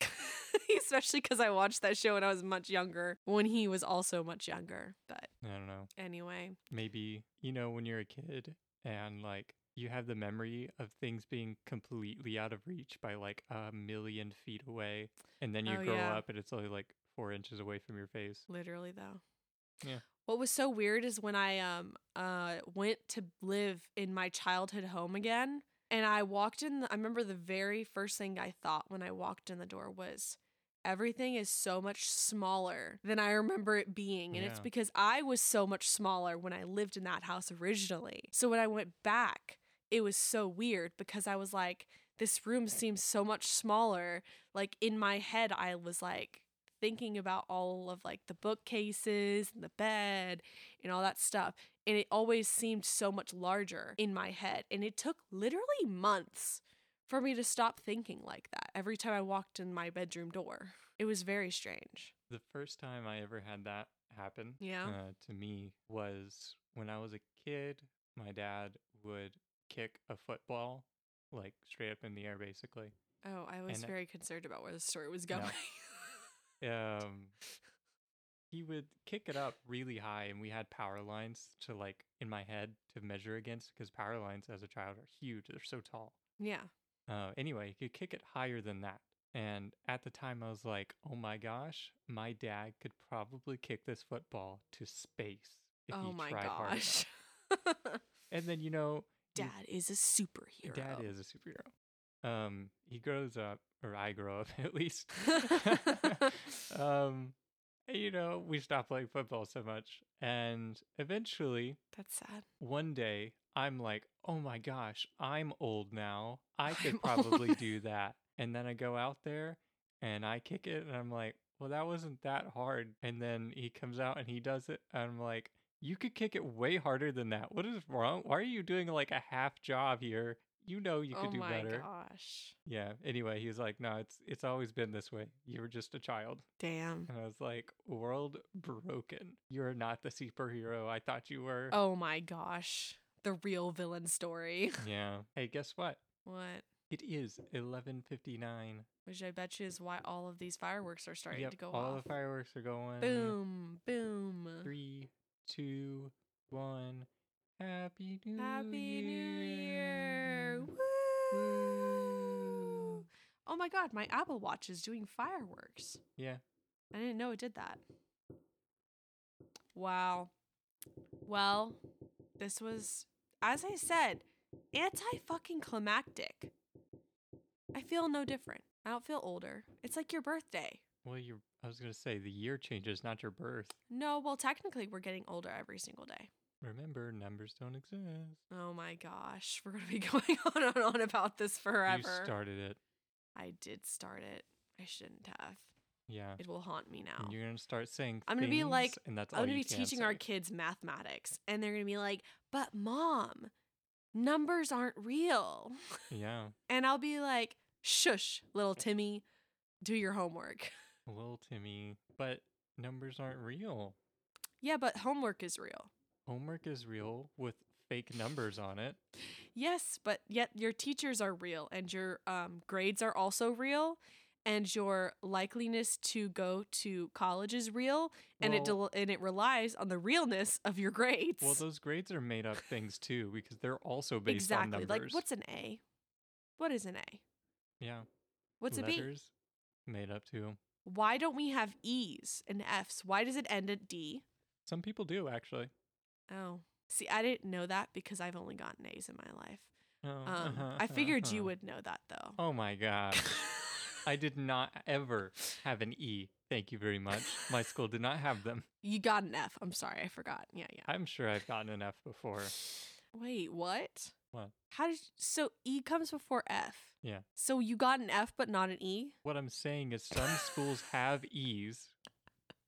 Speaker 2: Especially cuz I watched that show when I was much younger, when he was also much younger. But
Speaker 1: I don't know.
Speaker 2: anyway,
Speaker 1: Maybe you know when you're a kid and like you have the memory of things being completely out of reach by like a million feet away, and then you
Speaker 2: Oh,
Speaker 1: grow
Speaker 2: yeah.
Speaker 1: up and it's only like four inches away from your face.
Speaker 2: literally though.
Speaker 1: Yeah.
Speaker 2: What was so weird is when I um uh went to live in my childhood home again and I walked in the, I remember the very first thing I thought when I walked in the door was everything is so much smaller than I remember it being. And it's
Speaker 1: Yeah.
Speaker 2: because I was so much smaller when I lived in that house originally. So when I went back, it was so weird because I was like, this room seems so much smaller. Like in my head, I was like thinking about all of like the bookcases and the bed and all that stuff. And it always seemed so much larger in my head. And it took literally months for me to stop thinking like that every time I walked in my bedroom door. It was very strange.
Speaker 1: The first time I ever had that happen
Speaker 2: Yeah.
Speaker 1: uh, to me was when I was a kid. My dad would kick a football like straight up in the air, basically.
Speaker 2: Oh, I was
Speaker 1: And- uh,
Speaker 2: very concerned about where the story was
Speaker 1: No.
Speaker 2: going.
Speaker 1: Um, he would kick it up really high, and we had power lines to like in my head to measure against because power lines as a child are huge; they're so tall.
Speaker 2: yeah.
Speaker 1: Uh, anyway, he could kick it higher than that. And at the time, I was like, "Oh my gosh, my dad could probably kick this football to space if
Speaker 2: oh
Speaker 1: he
Speaker 2: my
Speaker 1: tried hard enough."
Speaker 2: gosh.
Speaker 1: And then you know, you-
Speaker 2: Dad is a superhero.
Speaker 1: Dad is a superhero. Um, he grows up, or I grow up at least. um, and, you know, we stop playing football so much, and eventually,
Speaker 2: That's sad.
Speaker 1: one day, I'm like, oh my gosh, I'm old now. I could
Speaker 2: I'm old
Speaker 1: probably
Speaker 2: now."
Speaker 1: do that. And then I go out there and I kick it, and I'm like, well, that wasn't that hard. And then he comes out and he does it, and I'm like. You could kick it way harder than that. What is wrong? Why are you doing like a half job here? You know you could
Speaker 2: oh
Speaker 1: do
Speaker 2: my
Speaker 1: better.
Speaker 2: gosh.
Speaker 1: Yeah. Anyway, he was like, "No, it's it's always been this way. You were just a child."
Speaker 2: Damn.
Speaker 1: And I was like, "World broken. You're not the superhero I thought you were."
Speaker 2: Oh my gosh. The real villain story.
Speaker 1: Yeah. Hey, guess what?
Speaker 2: what?
Speaker 1: It is 11:59.
Speaker 2: Which I bet you is why all of these fireworks are starting
Speaker 1: Yep,
Speaker 2: to go
Speaker 1: all
Speaker 2: off.
Speaker 1: the fireworks are going.
Speaker 2: boom, boom.
Speaker 1: Three, two, one. Happy New
Speaker 2: Happy New Year! Woo!
Speaker 1: Woo.
Speaker 2: Oh my god, my Apple Watch is doing fireworks.
Speaker 1: Yeah.
Speaker 2: I didn't know it did that. Wow. Well, this was, as I said, anti fucking climactic. I feel no different. I don't feel older. It's like your birthday.
Speaker 1: Well, you I was going to say the year changes, not your birth.
Speaker 2: No, well, technically, we're getting older every single day.
Speaker 1: Remember, numbers don't exist.
Speaker 2: Oh my gosh, we're gonna be going on and on about this forever.
Speaker 1: You started it.
Speaker 2: I did start it. I shouldn't have.
Speaker 1: Yeah.
Speaker 2: It will haunt me now.
Speaker 1: And you're gonna start saying.
Speaker 2: I'm gonna be
Speaker 1: things,
Speaker 2: like,
Speaker 1: and that's
Speaker 2: I'm
Speaker 1: all
Speaker 2: going to
Speaker 1: you
Speaker 2: be
Speaker 1: can
Speaker 2: teaching our
Speaker 1: say.
Speaker 2: kids mathematics, and they're going to be like, but mom, numbers aren't real.
Speaker 1: Yeah,
Speaker 2: And I'll be like, shush, little Timmy, do your homework.
Speaker 1: little Timmy, but numbers aren't real.
Speaker 2: yeah, but homework is real.
Speaker 1: Homework is real with fake numbers on it.
Speaker 2: Yes, but yet your teachers are real, and your um, grades are also real, and your likeliness to go to college is real, and it
Speaker 1: Well-
Speaker 2: del- and it relies on the realness of your grades.
Speaker 1: Well, those grades are made up things too because they're also based on
Speaker 2: exactly.
Speaker 1: numbers.
Speaker 2: Like, what's an A? What is an A?
Speaker 1: yeah?
Speaker 2: What's a B?
Speaker 1: letters made up too.
Speaker 2: why don't we have E's and F's? Why does it end at D?
Speaker 1: Some people do actually.
Speaker 2: Oh. See, I didn't know that because I've only gotten A's in my life. Um, I figured you would know that though.
Speaker 1: Uh, uh-huh, Oh my god. I did not ever have an E. Thank you very much. My school did not have them.
Speaker 2: you got an F. I'm sorry, I forgot. Yeah, yeah.
Speaker 1: I'm sure I've gotten an F before.
Speaker 2: Wait, what?
Speaker 1: What?
Speaker 2: How did so E comes before F?
Speaker 1: Yeah.
Speaker 2: So you got an F but not an E?
Speaker 1: What I'm saying is some schools have E's.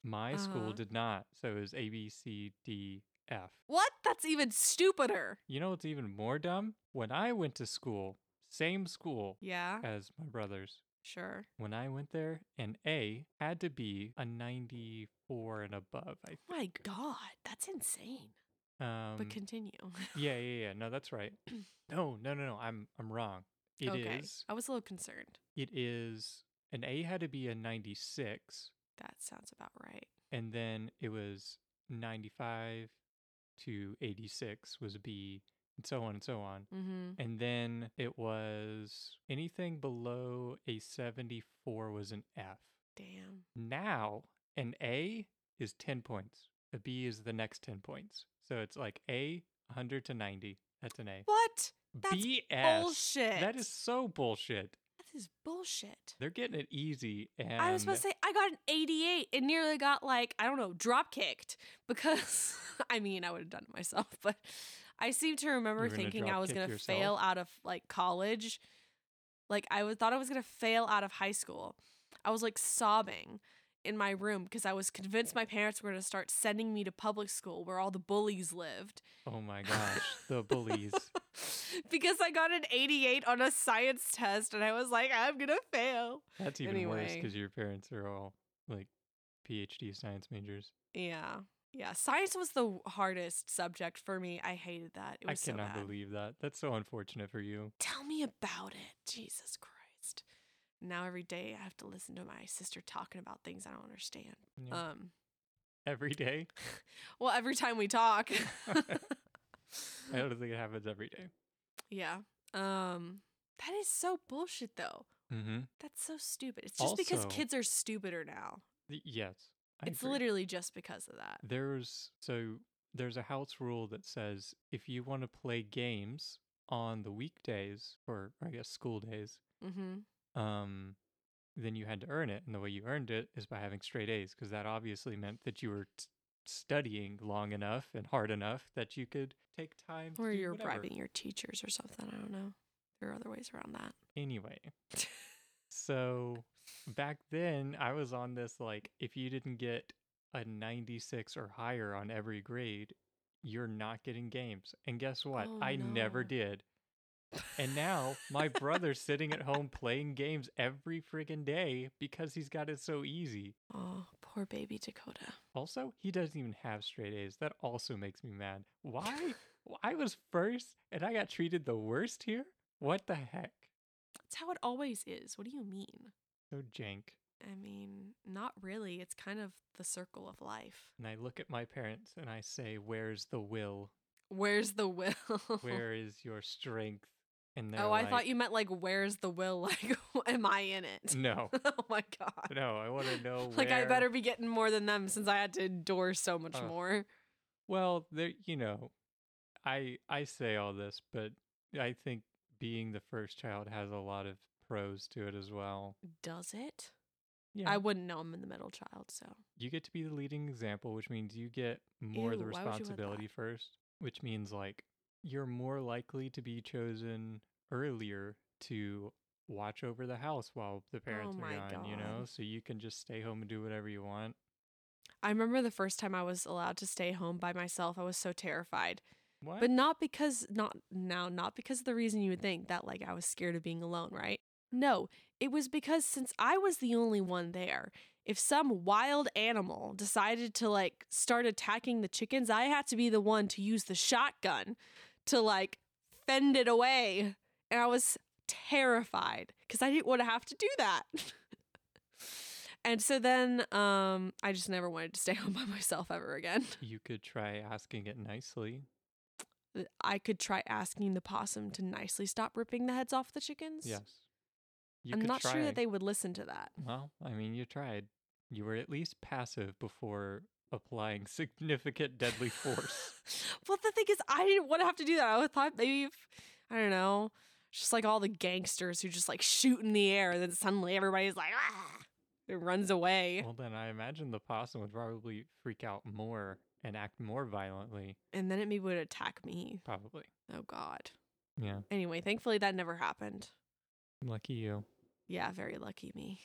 Speaker 1: My school
Speaker 2: Uh-huh.
Speaker 1: did not. So it was A B C D F.
Speaker 2: What? That's even stupider.
Speaker 1: You know what's even more dumb? When I went to school, same school
Speaker 2: Yeah,
Speaker 1: as my brothers.
Speaker 2: sure.
Speaker 1: When I went there, an A had to be a 94 and above. I
Speaker 2: My God, that's insane.
Speaker 1: um,
Speaker 2: but continue.
Speaker 1: yeah, yeah, yeah. No, that's right. no, no, no, no. I'm I'm wrong. It is.
Speaker 2: okay. I was a little concerned.
Speaker 1: It is an A had to be a 96,
Speaker 2: That sounds about right.
Speaker 1: and then it was 95 to 86 was a B, and so on and so on.
Speaker 2: Mm-hmm.
Speaker 1: And then it was anything below a 74 was an F.
Speaker 2: Damn.
Speaker 1: Now an A is 10 points. A B is the next 10 points. So it's like A 100 to 90. That's an A.
Speaker 2: What? That's
Speaker 1: BS.
Speaker 2: bullshit.
Speaker 1: That is so bullshit.
Speaker 2: That is bullshit.
Speaker 1: They're getting it easy. And
Speaker 2: I was supposed to say I got an 88 and nearly got like I don't know drop kicked because I mean I would have done it myself, but I seem to remember
Speaker 1: You were gonna
Speaker 2: thinking I was
Speaker 1: dropkick
Speaker 2: gonna
Speaker 1: yourself?
Speaker 2: fail out of like college. Like I was, thought I was gonna fail out of high school. I was like sobbing in my room because I was convinced my parents were gonna start sending me to public school where all the bullies lived.
Speaker 1: Oh my gosh, the bullies.
Speaker 2: because I got an 88 on a science test and I was like, I'm gonna fail.
Speaker 1: That's even worse
Speaker 2: Anyway.
Speaker 1: because your parents are all like PhD science majors.
Speaker 2: Yeah. Yeah. Science was the hardest subject for me. I hated that. It
Speaker 1: I
Speaker 2: was so
Speaker 1: cannot
Speaker 2: bad.
Speaker 1: believe that. That's so unfortunate for you.
Speaker 2: Tell me about it. Jesus Christ. Now every day I have to listen to my sister talking about things I don't understand.
Speaker 1: Yeah.
Speaker 2: Um
Speaker 1: every day.
Speaker 2: well every time we talk.
Speaker 1: I don't think it happens every day.
Speaker 2: yeah. Um that is so bullshit though.
Speaker 1: Mm-hmm.
Speaker 2: That's so stupid. It's just because
Speaker 1: Also-
Speaker 2: kids are stupider now.
Speaker 1: yes. I
Speaker 2: it's
Speaker 1: agree.
Speaker 2: literally just because of that.
Speaker 1: There's so there's a house rule that says if you want to play games on the weekdays or I guess school days,
Speaker 2: Mm-hmm.
Speaker 1: um, then you had to earn it, and the way you earned it is by having straight A's because that obviously meant that you were t- studying long enough and hard enough that you could take time.
Speaker 2: Or
Speaker 1: to do
Speaker 2: you're
Speaker 1: whatever.
Speaker 2: bribing your teachers or something. I don't know. There are other ways around that.
Speaker 1: Anyway, so back then I was on this like if you didn't get a 96 or higher on every grade, you're not getting games. And guess what?
Speaker 2: Oh,
Speaker 1: I never
Speaker 2: no.
Speaker 1: did. And now my brother's sitting at home playing games every friggin' day because he's got it so easy.
Speaker 2: Oh, poor baby Dakota.
Speaker 1: Also, he doesn't even have straight A's. That also makes me mad. Why? Wh- I was first and I got treated the worst here? What the heck?
Speaker 2: That's how it always is. What do you mean?
Speaker 1: So jank.
Speaker 2: I mean, not really. It's kind of the circle of life.
Speaker 1: And I look at my parents and I say, Where's the will?
Speaker 2: Where's the will?
Speaker 1: Where is your strength? And they're
Speaker 2: oh, I thought
Speaker 1: like,
Speaker 2: you meant like, where's the will? Like, am I in it?
Speaker 1: No,
Speaker 2: oh my God.
Speaker 1: no, I want to know where.
Speaker 2: Like, I better be getting more than them since I had to endure so much
Speaker 1: Uh,
Speaker 2: more.
Speaker 1: Well, there, you know, I I say all this, but I think being the first child has a lot of pros to it as well.
Speaker 2: Does it?
Speaker 1: Yeah.
Speaker 2: I wouldn't know I'm in the middle child, so.
Speaker 1: you get to be the leading example, which means you get more of the
Speaker 2: Ew, why would you want that?
Speaker 1: responsibility first, which means like you're more likely to be chosen earlier to watch over the house while the parents
Speaker 2: Oh my
Speaker 1: are gone, you know,
Speaker 2: God.
Speaker 1: so you can just stay home and do whatever you want.
Speaker 2: I remember the first time I was allowed to stay home by myself. I was so terrified.
Speaker 1: What?
Speaker 2: But not because not now, not because of the reason you would think that like I was scared of being alone, right? No, it was because since I was the only one there, if some wild animal decided to like start attacking the chickens, I had to be the one to use the shotgun to like fend it away. And I was terrified because I didn't want to have to do that. and so then um I just never wanted to stay home by myself ever again.
Speaker 1: you could try asking it nicely.
Speaker 2: th- I could try asking the possum to nicely stop ripping the heads off the chickens.
Speaker 1: Yes. You
Speaker 2: I'm
Speaker 1: could
Speaker 2: not sure
Speaker 1: try.
Speaker 2: that they would listen to that.
Speaker 1: Well, I mean, you tried. You were at least passive before applying significant deadly force.
Speaker 2: well, the thing is, I didn't want to have to do that. I would thought maybe, if, I don't know, just like all the gangsters who just like shoot in the air, and then suddenly everybody's like, ah, it runs away,
Speaker 1: well, then I imagine the possum would probably freak out more and act more violently.
Speaker 2: and then it maybe would attack me.
Speaker 1: Probably.
Speaker 2: Oh God.
Speaker 1: Yeah.
Speaker 2: Anyway, thankfully that never happened.
Speaker 1: Lucky you.
Speaker 2: Yeah, very lucky me.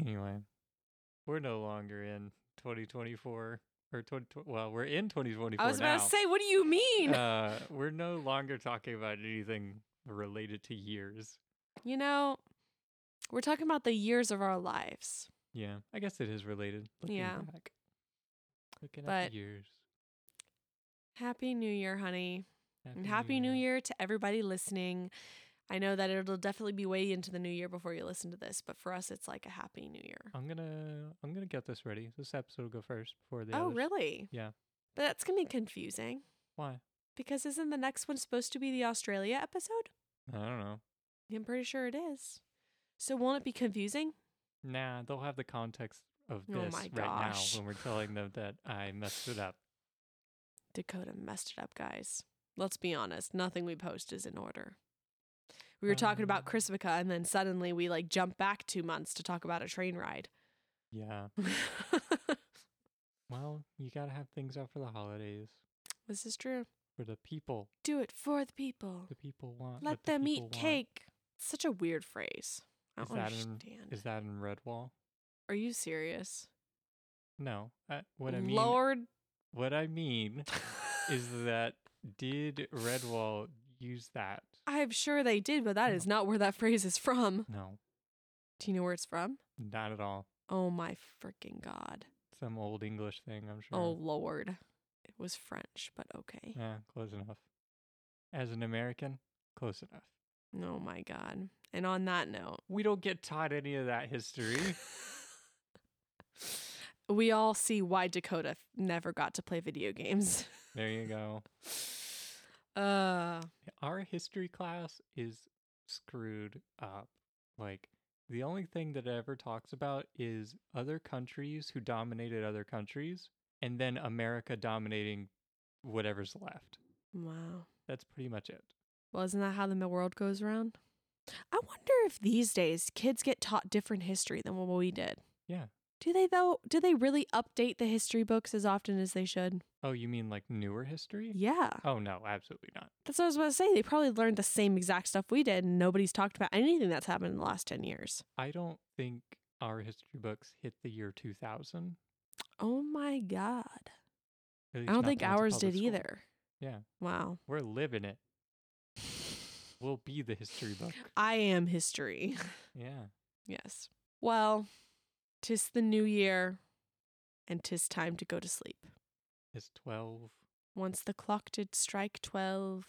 Speaker 1: Anyway, we're no longer in 2024 or 20. Well, we're in 2024
Speaker 2: I was about
Speaker 1: now.
Speaker 2: to say, what do you mean?
Speaker 1: uh, we're no longer talking about anything related to years.
Speaker 2: you know, we're talking about the years of our lives.
Speaker 1: Yeah, I guess it is related. Looking
Speaker 2: Yeah.
Speaker 1: back. Looking at
Speaker 2: But
Speaker 1: the years.
Speaker 2: Happy New Year, honey. And happy new year to everybody listening. I know that it'll definitely be way into the new year before you listen to this, but for us, it's like a happy new year.
Speaker 1: I'm gonna I'm gonna get this ready. This episode will go first before the
Speaker 2: Oh,
Speaker 1: others.
Speaker 2: really?
Speaker 1: Yeah.
Speaker 2: But that's going to be confusing
Speaker 1: Why?
Speaker 2: because isn't the next one supposed to be the Australia episode?
Speaker 1: I don't know.
Speaker 2: I'm pretty sure it is. So won't it be confusing?
Speaker 1: Nah, they'll have the context of
Speaker 2: Oh
Speaker 1: this
Speaker 2: my
Speaker 1: right now
Speaker 2: gosh.
Speaker 1: when we're telling them that I messed it up.
Speaker 2: Dakota messed it up, guys. Let's be honest, nothing we post is in order. We were talking about
Speaker 1: Um.
Speaker 2: Chrisvica, and then suddenly we like jump back two months to talk about a train ride.
Speaker 1: Yeah. Well, you gotta have things out for the holidays.
Speaker 2: this is true.
Speaker 1: For the people.
Speaker 2: Do it for the people.
Speaker 1: The people want
Speaker 2: Let
Speaker 1: what the
Speaker 2: them eat
Speaker 1: people want.
Speaker 2: cake. Such a weird phrase. I
Speaker 1: Is
Speaker 2: don't
Speaker 1: that in-
Speaker 2: understand.
Speaker 1: Is that in Redwall?
Speaker 2: Are you serious?
Speaker 1: No. I, what I mean
Speaker 2: Lord.
Speaker 1: what I mean is that did Redwall use that?
Speaker 2: I'm sure they did, but that is not where that phrase is from.
Speaker 1: No,
Speaker 2: Do you know where it's from?
Speaker 1: not at all.
Speaker 2: Oh my freaking god.
Speaker 1: Some old English thing, I'm sure.
Speaker 2: Oh lord. It was French, but okay.
Speaker 1: Yeah, close enough. As an American, close enough.
Speaker 2: Oh my god. And on that note,
Speaker 1: We don't get taught any of that history.
Speaker 2: we all see why Dakota f- never got to play video games.
Speaker 1: there you go.
Speaker 2: Uh
Speaker 1: Our history class is screwed up. Like, the only thing that it ever talks about is other countries who dominated other countries and then America dominating whatever's left.
Speaker 2: wow.
Speaker 1: That's pretty much it.
Speaker 2: Well, isn't that how the world goes around? I wonder if these days kids get taught different history than what we did.
Speaker 1: Yeah.
Speaker 2: Do they though? Do they really update the history books as often as they should?
Speaker 1: Oh, you mean like newer history?
Speaker 2: Yeah.
Speaker 1: Oh, no, absolutely not.
Speaker 2: That's what I was about to say. They probably learned the same exact stuff we did, and nobody's talked about anything that's happened in the last 10 years.
Speaker 1: I don't think our history books hit the year 2000.
Speaker 2: Oh my God.
Speaker 1: at least
Speaker 2: I don't
Speaker 1: not
Speaker 2: think
Speaker 1: the ones at
Speaker 2: ours
Speaker 1: public
Speaker 2: did
Speaker 1: school.
Speaker 2: either.
Speaker 1: Yeah.
Speaker 2: Wow.
Speaker 1: We're living it. We'll be the history book.
Speaker 2: I am history.
Speaker 1: Yeah.
Speaker 2: yes. Well, tis the new year, and tis time to go to sleep.
Speaker 1: It's 12.
Speaker 2: Once the clock did strike twelve,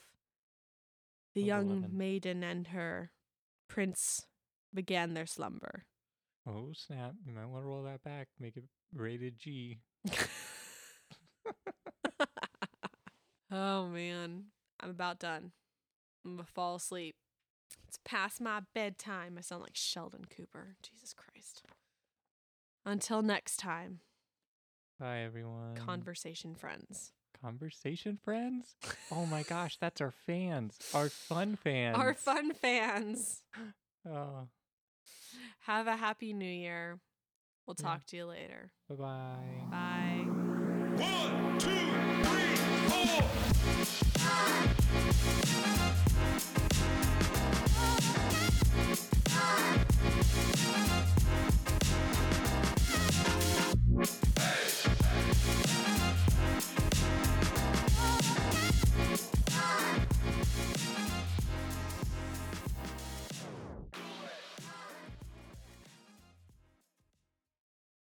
Speaker 2: the
Speaker 1: Of
Speaker 2: young
Speaker 1: 11.
Speaker 2: maiden and her prince began their slumber.
Speaker 1: Oh, snap. You might want to roll that back. Make it rated G.
Speaker 2: oh man, I'm about done. I'm gonna fall asleep. It's past my bedtime. I sound like Sheldon Cooper. Jesus Christ. Until next time,
Speaker 1: Bye,
Speaker 2: Um,
Speaker 1: everyone.
Speaker 2: conversation friends.
Speaker 1: Conversation friends? Oh my gosh, that's our fans. Our fun fans.
Speaker 2: Our fun fans.
Speaker 1: Oh,
Speaker 2: Have a happy new year. We'll
Speaker 1: Yeah.
Speaker 2: talk to you later.
Speaker 1: bye bye.
Speaker 2: Bye.
Speaker 3: One, two, three, four.